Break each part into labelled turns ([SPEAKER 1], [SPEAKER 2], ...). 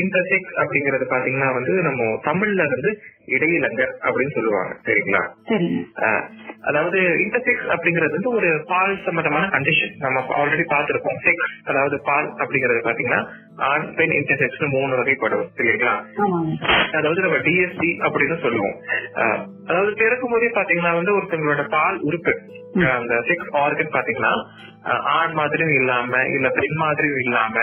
[SPEAKER 1] இன்டர்செக் அப்படிங்கறது பாத்தீங்கன்னா வந்து நம்ம தமிழ்ல வந்து இடையிலங்கர் அப்படின்னு சொல்லுவாங்க சரிங்களா
[SPEAKER 2] சரிங்க
[SPEAKER 1] அஹ், அதாவது இன்டர்செக்ஸ் அப்படிங்கிறது வந்து ஒரு பால் சம்பந்தமான கண்டிஷன் நம்ம ஆல்ரெடி பார்த்திருக்கோம் செக்ஸ் அதாவது பால் அப்படிங்கறது பாத்தீங்கன்னா ஆண் பெண் இன்டர்செக்ஸ் மூணு வகைப்படும் சரிங்களா
[SPEAKER 2] ஆமாங்க
[SPEAKER 1] அதாவது நம்ம டிஎஸ்பி அப்படின்னு சொல்லுவோம் அஹ், அதாவது பிறக்கும் போதே பாத்தீங்கன்னா வந்து ஒருத்தவங்களோட பால் உறுப்பு அஹ், அந்த செக்ஸ் ஆர்கன் பாத்தீங்கன்னா அஹ், ஆண் மாதிரியும் இல்லாம இல்ல பெண் மாதிரியும் இல்லாம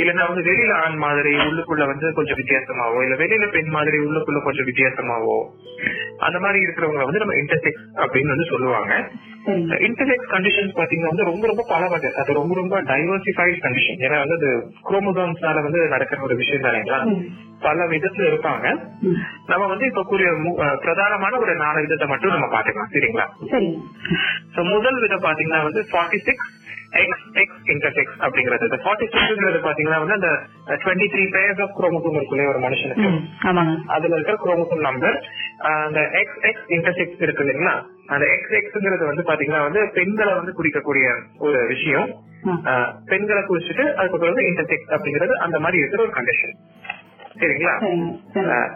[SPEAKER 1] இல்லன்னா வந்து வெளியில ஆண் மாதிரி உள்ளுக்குள்ள வந்து கொஞ்சம் வித்தியாசமாவோ இல்ல வெளியில பெண் மாதிரி உள்ளுக்குள்ள கொஞ்சம் வித்தியாசமாவோ அந்த மாதிரி இருக்கிறவங்க வந்து நம்ம இன்டர்செக்ஸ் அப்படின்னு வந்து சொல்லுவாங்க
[SPEAKER 2] சரிங்க
[SPEAKER 1] இன்டர்செக்ஸ் கண்டிஷன் பாத்தீங்கன்னா வந்து ரொம்ப ரொம்ப பல வகை அது ரொம்ப ரொம்ப டைவர்சிஃபைடு கண்டிஷன் ஏன்னா வந்து அது குரோமோசோம்ஸ்னால வந்து நடக்கிற ஒரு விஷயம் தானேங்களா
[SPEAKER 2] ம்.
[SPEAKER 1] பல விதத்துல இருப்பாங்க
[SPEAKER 2] ம்.
[SPEAKER 1] நம்ம வந்து இப்ப கூறிய மு- அஹ் பிரதானமான ஒரு நாலு விதத்தை மட்டும் நம்ம பாத்துக்கலாம் சரிங்களா
[SPEAKER 2] சரிங்க
[SPEAKER 1] So, முதல் விதம் பாத்தீங்கன்னா வந்து forty six X X intersex அப்படிங்கிறது ஃபார்ட்டி சிக்ஸ்ங்கிறது பாத்தீங்கன்னா வந்து அந்த twenty three pairs of chromosome இருக்குள்ளே ஒரு மனுஷனுக்கு
[SPEAKER 2] ம். ஆமாங்க
[SPEAKER 1] அதுல இருக்கிற குரோமோசோம் நம்பர் அந்த எக்ஸ் எக்ஸ் இன்டர்செக்ஸ் இருக்கு இல்லைங்களா அந்த எக்ஸ் எக்ஸ்ங்கிறது வந்து பாத்தீங்கன்னா வந்து பெண்களை வந்து குறிக்கக்கூடிய ஒரு விஷயம்
[SPEAKER 2] ஆ.
[SPEAKER 1] அஹ், பெண்களை குறிச்சிட்டு அதுக்கப்புறம் வந்து இன்டர்செக்ஸ் அப்படிங்கிறது அந்த மாதிரி இருக்கிற ஒரு கண்டிஷன் சரிங்களா
[SPEAKER 2] சரிங்க சரி
[SPEAKER 1] அஹ்,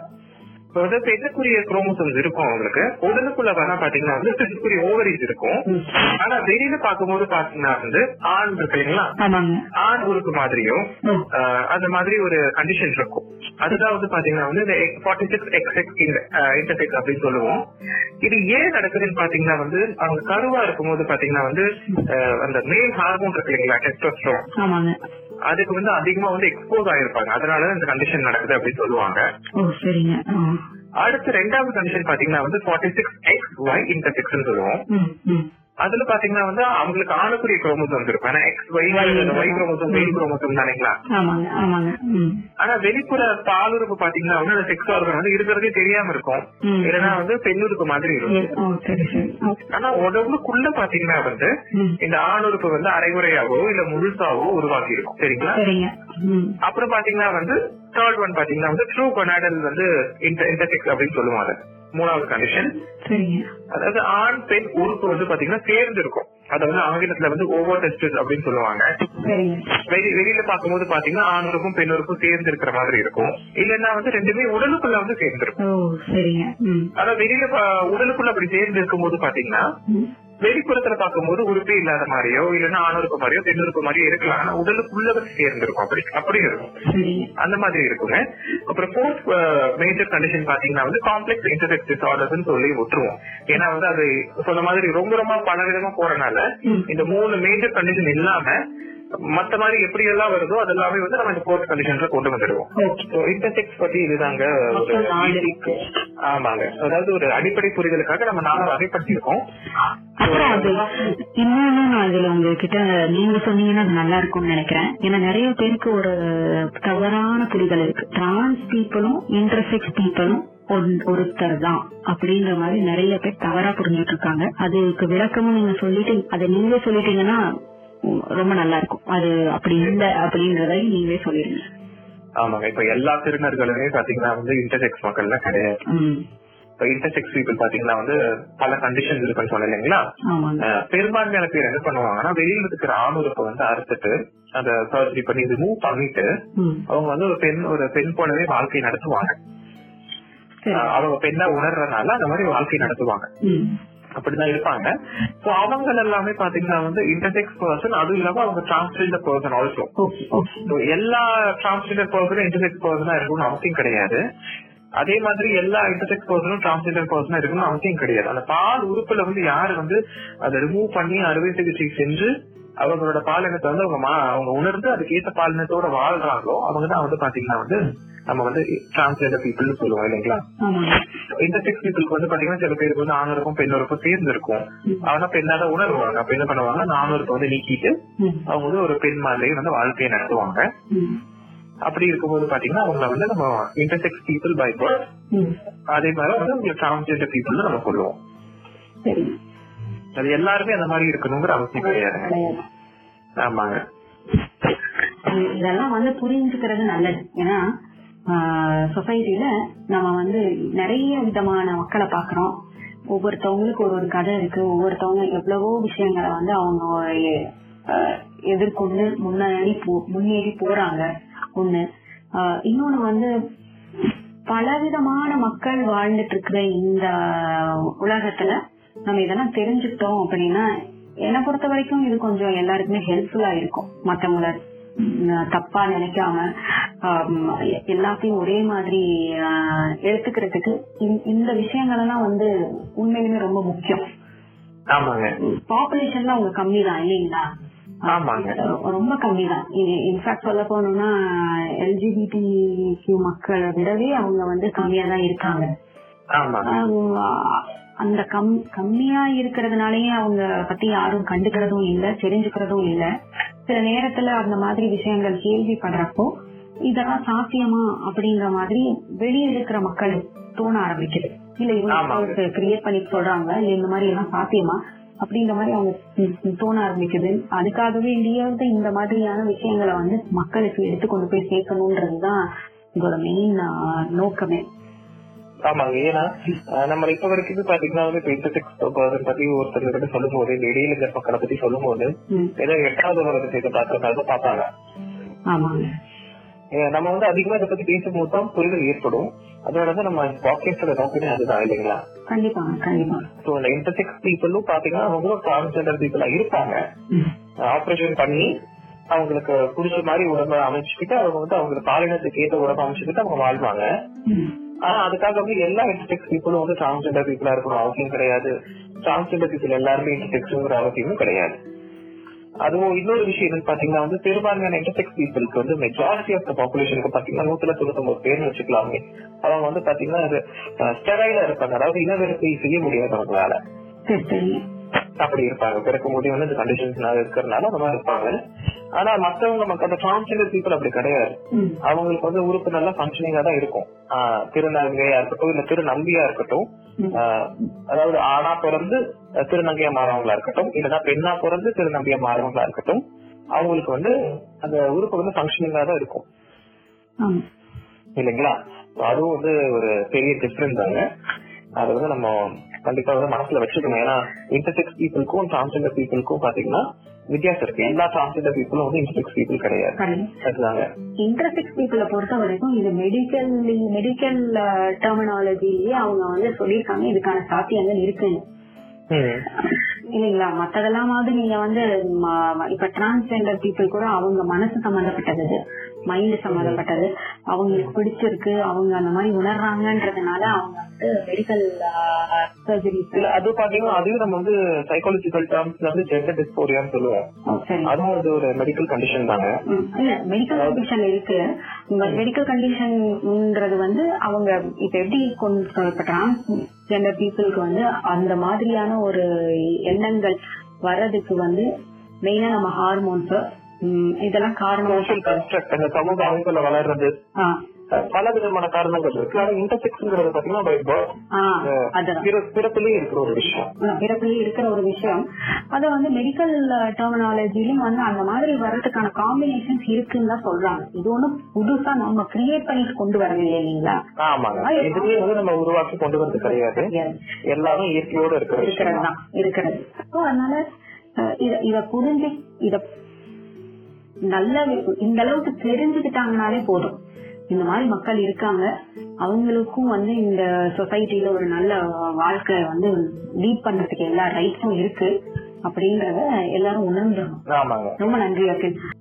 [SPEAKER 1] இப்ப வந்து பெண்ணுக்குரிய குரோமோசோம்ஸ் இருக்கும் அவங்களுக்கு உடலுக்குள்ள வர பாத்தீங்கன்னா வந்து பெண்ணுக்குரிய ஓவரிஸ் இருக்கும்
[SPEAKER 2] ம்.
[SPEAKER 1] ஆனா வெளியில பார்க்கும்போது பாத்தீங்கன்னா வந்து ஆண் இருக்கு இல்லைங்களா
[SPEAKER 2] ஆமாங்க
[SPEAKER 1] ஆண் உறுப்பு மாதிரியும்
[SPEAKER 2] ம்.
[SPEAKER 1] ஆஹ் அந்த மாதிரி ஒரு கண்டிஷன் இருக்கும் அதுதான் வந்து பாத்தீங்கன்னா வந்து இந்த forty six X X intersex அப்படின்னு சொல்லுவோம் இது ஏன் நடக்குதுன்னு பாத்தீங்கன்னா வந்து அவங்க கருவா இருக்கும்போது பாத்தீங்கன்னா வந்து ஆஹ் அந்த மேல் ஹார்மோன் இருக்கு இல்லைங்களா டெஸ்டோஸ்டரோன்
[SPEAKER 2] ஆமாங்க
[SPEAKER 1] அதுக்கு வந்து அதிகமா வந்து எக்ஸ்போஸ் ஆயிருப்பாங்க அதனாலதான் இந்த கண்டிஷன் நடக்குது அப்படின்னு சொல்லுவாங்க
[SPEAKER 2] ஓ சரிங்க ஆ.
[SPEAKER 1] அடுத்து ரெண்டாவது கண்டிஷன் பாத்தீங்கன்னா வந்து forty six X Y intersex சொல்லுவோம்
[SPEAKER 2] ம். ம்.
[SPEAKER 1] அதுல பாத்தீங்கன்னா வந்து அவங்களுக்கு ஆணுக்குரிய குரோமோசோம் இருக்கும் ஆனா எக்ஸ் ஒய் ஒய் குரோமோசோம் வெயில் குரோமோசோம் தானேங்களா
[SPEAKER 2] ஆமாங்க ஆமாங்க ம்.
[SPEAKER 1] ஆனா வெளிப்புற பாலுறுப்பு பாத்தீங்கன்னா வந்து அந்த செக்ஸ் ஆர்கன் வந்து இருக்கிறதே தெரியாம இருக்கும்
[SPEAKER 2] ம்.
[SPEAKER 1] இல்லைன்னா வந்து பெண்ணுறுப்பு மாதிரி இருக்கும்
[SPEAKER 2] ஏ- ஓ சரி சரி ஆ.
[SPEAKER 1] ஆனா உடம்புக்குள்ள பாத்தீங்கன்னா வந்து
[SPEAKER 2] ம்.
[SPEAKER 1] இந்த ஆணுறுப்பு வந்து அரைகுறையாவோ இல்ல முழுசாவோ உருவாக்கி இருக்கும் சரிங்களா
[SPEAKER 2] சரிங்க ம்.
[SPEAKER 1] அப்புறம் பாத்தீங்கன்னா வந்து தேர்ட் ஒன் பாத்தீங்கன்னா வந்து ட்ரூ கொனாடல் வந்து இன்டர்செக்ஸ் அப்படின்னு சொல்லுவாங்க மூணாவது கண்டிஷன்
[SPEAKER 2] சரிங்க
[SPEAKER 1] அதாவது ஆண் பெண் உறுப்பு வந்து பாத்தீங்கன்னா சேர்ந்து இருக்கும் அதாவது ஆங்கிலத்துல வந்து ஓவர் டெஸ்டஸ் அப்படின்னு சொல்லுவாங்க
[SPEAKER 2] சரிங்க
[SPEAKER 1] வெளி- வெளியில பார்க்கும்போது பாத்தீங்கன்னா ஆணுக்கும் பெண்ணுக்கும் சேர்ந்து இருக்கிற மாதிரி இருக்கும் இல்லைன்னா வந்து ரெண்டுமே உடலுக்குள்ள வந்து சேர்ந்து இருக்கும்
[SPEAKER 2] ஓ சரிங்க ம்.
[SPEAKER 1] ஆனா வெளியில பா- உடலுக்குள்ள அப்படி சேர்ந்து இருக்கும்போது பாத்தீங்கன்னா
[SPEAKER 2] ம்.
[SPEAKER 1] வெளிப்புறத்துல பார்க்கும்போது உறுப்பே இல்லாத மாதிரியோ இல்லைன்னா ஆணுக்கு மாதிரியோ பெண்ணுக்கு மாதிரியோ இருக்கலாம் ஆனா உடலுக்குள்ள சேர்ந்து இருக்கும் அப்படி அப்படி இருக்கும்
[SPEAKER 2] சரிங்க
[SPEAKER 1] அந்த மாதிரி இருக்குங்க அப்புறம் uh, ஃபோர்த் மேஜர் கண்டிஷன் பாத்தீங்கன்னா வந்து காம்ப்ளெக்ஸ் இன்டர்செக்ஸ் டிசார்டர்ஸ் சொல்லி விட்டுருவோம் ஏன்னா வந்து அது சொன்ன மாதிரி ரொம்ப ரொம்ப பல விதமா போறனால
[SPEAKER 2] ம்.
[SPEAKER 1] இந்த மூணு மேஜர் கண்டிஷன் இல்லாம மத்த மாதிரி எப்படி எல்லாம் வருதோ அது எல்லாமே வந்து நம்ம இந்த ஃபோர்த் கண்டிஷன்ல கொண்டு வந்துடுவோம்
[SPEAKER 2] ஓகே
[SPEAKER 1] இன்டர்செக்ஸ் பத்தி இதுதாங்க ஒரு
[SPEAKER 2] மொத்தம் நாலு இருக்கு
[SPEAKER 1] ஆமாங்க அதாவது ஒரு அடிப்படை புரிதலுக்காக நம்ம நாலு வகைப்படுத்தியிருக்கோம்
[SPEAKER 2] அப்புறம் அது இன்னொன்னு நான் இதுல உங்ககிட்ட நீங்க சொன்னீங்கன்னா அது நல்லா இருக்கும்னு நினைக்கிறேன் ஏன்னா நிறைய பேருக்கு ஒரு தவறான புரிதல் இருக்கு டிரான்ஸ் பீப்புளும் இன்டர்செக்ஸ் பீப்புளும் ஒருத்தர் தான் அப்படின்ற மாதிரி நிறைய பேர் தவறா புரிஞ்சுட்டு இருக்காங்க அதுக்கு விளக்கமும் நீங்க சொல்லிட்டு அதை நீங்க சொல்லிட்டீங்கன்னா உம், ரொம்ப நல்லா இருக்கும் அது அப்படி இல்லை அப்படின்றதை நீங்களே சொல்லிடுங்க
[SPEAKER 1] ஆமாங்க இப்ப எல்லா திருநர்களுமே பாத்தீங்கன்னா வந்து இன்டர்செக்ஸ் மக்கள்லாம் கிடையாது
[SPEAKER 2] ம்
[SPEAKER 1] இப்ப இன்டர்செக்ஸ் பீப்புள் பாத்தீங்கன்னா வந்து பல கண்டிஷன்ஸ் இருக்குன்னு சொன்னேன் இல்லைங்களா
[SPEAKER 2] ஆமாங்க
[SPEAKER 1] அஹ் பெரும்பான்மையான பேர் என்ன பண்ணுவாங்கன்னா வெளியில இருக்கிற ஆணுறுப்பை வந்து அறுத்துட்டு அந்த சர்ஜரி பண்ணி ரிமூவ் பண்ணிட்டு
[SPEAKER 2] ம்
[SPEAKER 1] அவங்க வந்து ஒரு பெண் ஒரு பெண் போலவே வாழ்க்கை நடத்துவாங்க
[SPEAKER 2] சரி
[SPEAKER 1] அஹ் அவங்க பெண்ணா உணர்றதுனால அந்த மாதிரி வாழ்க்கை நடத்துவாங்க
[SPEAKER 2] ம்
[SPEAKER 1] அப்படிதான் இருப்பாங்க சோ அவங்க எல்லாமே பாத்தீங்கன்னா வந்து இன்டர்செக்ஸ் பர்சன் அதுவும் இல்லாம அவங்க transgender person also
[SPEAKER 2] okay okay
[SPEAKER 1] So, எல்லா டிரான்ஸ்ஜெண்டர் பர்சனும் இன்டர்செக்ஸ் பர்சனா இருக்கணும்னு அவசியம் கிடையாது அதே மாதிரி எல்லா இன்டர்செக்ஸ் பர்சனும் டிரான்ஸ்ஜெண்டர் பர்சனா இருக்கணும்னு அவசியம் கிடையாது அந்த பால் உறுப்புல வந்து யாரு வந்து அதை ரிமூவ் பண்ணி அறுவை சிகிச்சை செஞ்சு அவங்களோட பாலினத்தை வந்து அவங்க மா- அவங்க உணர்ந்து அதுக்கேத்த பாலினத்தோட வாழ்றாங்களோ அவங்க தான் வந்து பாத்தீங்கன்னா வந்து நம்ம வந்து டிரான்ஸ்ஜெண்டர் பீப்புள்னு சொல்லுவோம் இல்லைங்களா
[SPEAKER 2] ஆமாங்க
[SPEAKER 1] இன்டர்செக்ஸ் பீப்புளுக்கு வந்து பாத்தீங்கன்னா சில பேருக்கு வந்து ஆணருக்கும் பெண்ணருக்கும் சேர்ந்து இருக்கும் ஆனா பெண்ணா தான் உணர்வாங்க அப்ப என்ன பண்ணுவாங்க ஆணருக்கு வந்து நீக்கிட்டு
[SPEAKER 2] ம்
[SPEAKER 1] அவங்க வந்து ஒரு பெண் மாதிரி வந்து வாழ்க்கையை நடத்துவாங்க
[SPEAKER 2] ம்
[SPEAKER 1] அப்படி இருக்கும்போது பாத்தீங்கன்னா அவங்கள வந்து நம்ம இன்டர்செக்ஸ் பீப்புள் பை பர்த்
[SPEAKER 2] ம்
[SPEAKER 1] அதே மாதிரி வந்து உங்களுக்கு டிரான்ஸ்ஜெண்டர் பீப்புள் நம்ம சொல்லுவோம்
[SPEAKER 2] சரிங்க
[SPEAKER 1] அது எல்லாருமே அந்த மாதிரி இருக்கணுங்கிற அவசியம் கிடையாதுங்க
[SPEAKER 2] கிடையாது.
[SPEAKER 1] ஆமாங்க
[SPEAKER 2] இது- இதெல்லாம் வந்து புரிஞ்சுக்கிறது நல்லது ஏன்னா சொசைட்டில நம்ம வந்து நிறைய விதமான மக்களை பாக்குறோம் ஒவ்வொருத்தவங்களுக்கு ஒரு ஒரு கதை இருக்கு ஒவ்வொருத்தவங்க எவ்வளவோ விஷயங்களை வந்து அவங்க எ- ஆஹ் எதிர்கொண்டு முன்னாடி போ- முன்னேறி போறாங்க ஒண்ணு இன்னொன்னு வந்து பலவிதமான மக்கள் வாழ்ந்துட்டு இருக்கிற இந்த உலகத்துல நம்ம இதெல்லாம் தெரிஞ்சுக்கிட்டோம் அப்படின்னா என்னை பொறுத்த வரைக்கும் இது கொஞ்சம் எல்லாருக்குமே ஹெல்ப்ஃபுல்லா இருக்கும் மத்தவங்கள உம், தப்பா நினைக்காம ஆம், எ- எல்லாத்தையும் ஒரே மாதிரி ஆ, எடுத்துக்கிறதுக்கு இந்த- இந்த விஷயங்கள் எல்லாம் வந்து உண்மையிலுமே ரொம்ப முக்கியம்
[SPEAKER 1] ஆமாங்க
[SPEAKER 2] பாப்புலேஷன்லாம் அவங்க கம்மி தான் இல்லைங்களா
[SPEAKER 1] ஆமாங்க
[SPEAKER 2] ரொம்ப கம்மி தான் இன்ஃபேக்ட் சொல்ல போனோம்னா எல்ஜிபிடி மக்களை விடவே அவங்க வந்து கம்மியா தான் இருக்காங்க
[SPEAKER 1] ஆமாங்க
[SPEAKER 2] அவங்க அந்த கம் கம்மியா இருக்கிறதுனாலயே அவங்க பத்தி யாரும் கண்டுக்கிறதும் இல்ல தெரிஞ்சுக்கிறதும் இல்ல சில நேரத்துல அந்த மாதிரி விஷயங்கள் கேள்விப்படுறப்போ இதெல்லாம் சாத்தியமா அப்படிங்கிற மாதிரி வெளியே இருக்கிற மக்கள் தோண ஆரம்பிக்குது இல்ல இவங்க
[SPEAKER 1] ஆமாங்க.
[SPEAKER 2] கிரியேட் பண்ணி சொல்றாங்க இல்ல இந்த மாதிரி எல்லாம் சாத்தியமா அப்படிங்கிற மாதிரி அவங்க ம், ம், தோண ஆரம்பிக்குது அதுக்காகவே இந்தியாவில் இந்த மாதிரியான விஷயங்களை வந்து மக்களுக்கு எடுத்து கொண்டு போய் சேர்க்கணுன்றதுதான் இதோட மெயின் நோக்கமே
[SPEAKER 1] ஆமாங்க ஏன்னா அஹ், நம்ம இப்ப வரைக்கும் பாத்தீங்கன்னா வந்து டுவெண்ட்டி சிக்ஸ் பர்சன்ட் பத்தி ஒருத்தர் கிட்ட சொல்லும் போது இந்த இடையில இருக்கிற மக்களை பத்தி சொல்லும் போது
[SPEAKER 2] ம்,
[SPEAKER 1] ஏதோ எட்டாவது உலக சேர்த்து பாக்குறதாக பார்ப்பாங்க
[SPEAKER 2] ஆமாங்க
[SPEAKER 1] ஏன்னா, நம்ம வந்து அதிகமா இதை பத்தி பேசும்போது தான் புரிதல் ஏற்படும் அதனால தான் நம்ம பாட்காஸ்டோட நோக்கமே அதுதான் இல்லைங்களா
[SPEAKER 2] கண்டிப்பாங்க கண்டிப்பா
[SPEAKER 1] ஸோ இந்த இன்டர்செக்ஸ் பீப்புளும் பாத்தீங்கன்னா அவங்களும் டிரான்ஸ்ஜெண்டர் பீப்புளா இருப்பாங்க ஆப்ரேஷன் பண்ணி அவங்களுக்கு புடிச்ச மாதிரி உடம்ப அமைச்சுக்கிட்டு அவங்க வந்து அவங்களுக்கு பாலினத்துக்கு ஏற்ற உடம்பு அமைச்சுக்கிட்டு அவங்க வாழ்வாங்க ஆனா அதுக்காக வந்து எல்லா இன்டர்செக்ஸ் பீப்புளும் வந்து டிரான்ஸ்ஜெண்டர் பீப்புளா இருக்கணும் அவசியம் கிடையாது டிரான்ஸ்ஜெண்டர் பீப்புள் எல்லாருமே இன்டர்செக்ஸ்ங்கிற அவசியமும் கிடையாது அதுவும் இன்னொரு விஷயம் என்னன்னு பாத்தீங்கன்னா வந்து பெரும்பான்மையான இன்டர்செக்ஸ் பீப்புளுக்கு வந்து மெஜாரிட்டி ஆஃப் த பாப்புலேஷனுக்கு பாத்தீங்கன்னா நூத்துல தொண்ணூத்தொன்பது பேர்னு வச்சுக்கலாமே அவங்க வந்து பாத்தீங்கன்னா அது ஸ்டெரைலா இருப்பாங்க அதாவது இனவெருப்பை செய்ய முடியாது அவங்களால
[SPEAKER 2] சரி சரி
[SPEAKER 1] அப்படி இருப்பாங்க பிறக்க முடியும் வந்து கண்டிஷன்ஸ்னால இருக்கிறதுனால அந்த மாதிரி இருப்பாங்க ஆனா மத்தவங்க மக்கள் அந்த டிரான்ஸ்ஜெண்டர் பீப்புள் அப்படி கிடையாது
[SPEAKER 2] ம்,
[SPEAKER 1] அவங்களுக்கு வந்து உறுப்பு நல்லா ஃபங்க்ஷனிங்கா தான் இருக்கும் ஆஹ் திருநங்கையா இருக்கட்டும் இல்ல திருநம்பியா இருக்கட்டும்
[SPEAKER 2] ம்.
[SPEAKER 1] ஆஹ் அதாவது ஆணா பிறந்து அஹ் திருநங்கையா மாறவங்களா இருக்கட்டும் இல்லைன்னா பெண்ணா பிறந்து திருநங்கையா மாறவங்களா இருக்கட்டும் அவங்களுக்கு வந்து அந்த உறுப்பு வந்து ஃபங்க்ஷனிங்கா தான் இருக்கும்
[SPEAKER 2] ஆமா.
[SPEAKER 1] இல்லைங்களா So அதுவும் வந்து ஒரு பெரிய டிஃபரன்ஸ் தாங்க அது வந்து நம்ம கண்டிப்பா வந்து மனசுல வச்சுக்கணும் ஏன்னா இன்டர்செக்ஸ் பீப்புளுக்கும் டிரான்ஸ்ஜெண்டர் பீப்புளுக்கும் பாத்தீங்கன்னா வித்தியாசம் இருக்கு எல்லா டிரான்ஸ்ஜெண்டர் பீப்புளும் வந்து இன்டர்செக்ஸ் பீப்புள் கிடையாது
[SPEAKER 2] சரி
[SPEAKER 1] அதுதாங்க
[SPEAKER 2] இன்டர்செக்ஸ் பீப்புளை பொறுத்த வரைக்கும் இது மெடிக்கல் மெடிக்கல் டெர்மினாலஜிலேயே அவங்க வந்து சொல்லியிருக்காங்க இதுக்கான சாத்தியங்கள் இருக்குன்னு
[SPEAKER 1] ம்.
[SPEAKER 2] இல்லைங்களா மத்ததெல்லாமாவது நீங்க வந்து ம- ம- இப்ப டிரான்ஸ்ஜெண்டர் பீப்புள் கூட அவங்க மனசு சம்பந்தப்பட்டது இது மைண்ட் சம்பந்தப்பட்டது அவங்களுக்கு பிடிச்சிருக்கு அவங்க அந்த மாதிரி உணர்றாங்கன்றதுனால அவங்க வந்து மெடிக்கல் சர்ஜரி
[SPEAKER 1] இல்ல அது பாத்தீங்கன்னா அதையும் நம்ம வந்து சைக்காலஜிக்கல் டேர்ம்ஸ்ல வந்து ஜெண்டர் டிஸ்போரியான்னு சொல்லுவோம்
[SPEAKER 2] சரி
[SPEAKER 1] அதுவும் வந்து ஒரு மெடிக்கல் கண்டிஷன் தாங்க
[SPEAKER 2] ம், இல்ல மெடிக்கல் கண்டிஷன் இருக்கு உங்க மெடிக்கல் கண்டிஷன்ன்றது வந்து அவங்க இப்ப எப்படி கொண்டு இப்ப டிரான்ஸ்ஜெண்டர் பீப்புளுக்கு வந்து அந்த மாதிரியான ஒரு எண்ணங்கள் வர்றதுக்கு வந்து மெயினா நம்ம ஹார்மோன்ஸ் இதெல்லாம்
[SPEAKER 1] சோஷியல்
[SPEAKER 2] காரணம்
[SPEAKER 1] கன்ஸ்ட்ரக்ட் அந்த சமூக அமைப்புல வளர்றது
[SPEAKER 2] ஆ,
[SPEAKER 1] அஹ் பல விதமான காரணங்கள் இருக்கு ஆனா இன்டர்செக்ஸ்ங்கிறது பாத்தீங்கன்னா by birth,
[SPEAKER 2] ஆ, அதுதான்
[SPEAKER 1] பிற- பிறப்பிலேயே இருக்கிற ஒரு விஷயம்
[SPEAKER 2] நான் பிறப்பிலேயே இருக்கிற ஒரு விஷயம் அத வந்து மெடிக்கல் டெர்மினாலஜிலும் வந்து அந்த மாதிரி வர்றதுக்கான காம்பினேஷன்ஸ் இருக்குன்னு தான் சொல்றாங்க இது ஒண்ணும் புதுசா நம்ம கிரியேட் பண்ணி கொண்டு வரலையே இல்லைங்களா
[SPEAKER 1] ஆமாங்க
[SPEAKER 2] ஆ,
[SPEAKER 1] இதுவே வந்து நம்ம உருவாக்கி கொண்டு வந்தது கிடையாது
[SPEAKER 2] தெரியாது.
[SPEAKER 1] எல்லாமே இயற்கையோட இருக்கிற விஷயம்
[SPEAKER 2] இருக்கிறது தான் இருக்கிறது So, அதனால அஹ், இத இத புரிஞ்சு இத நல்ல வி- இந்த அளவுக்கு தெரிஞ்சுக்கிட்டாங்கனாலே போதும் இந்த மாதிரி மக்கள் இருக்காங்க அவங்களுக்கும் வந்து இந்த சொசைட்டில ஒரு நல்ல வாழ்க்கை வந்து லீட் பண்றதுக்கு எல்லா ரைட்ஸும் இருக்கு அப்படிங்கறத எல்லாரும் உணர்ந்துடணும்
[SPEAKER 1] ஆமாங்க
[SPEAKER 2] ரொம்ப நன்றி அகில்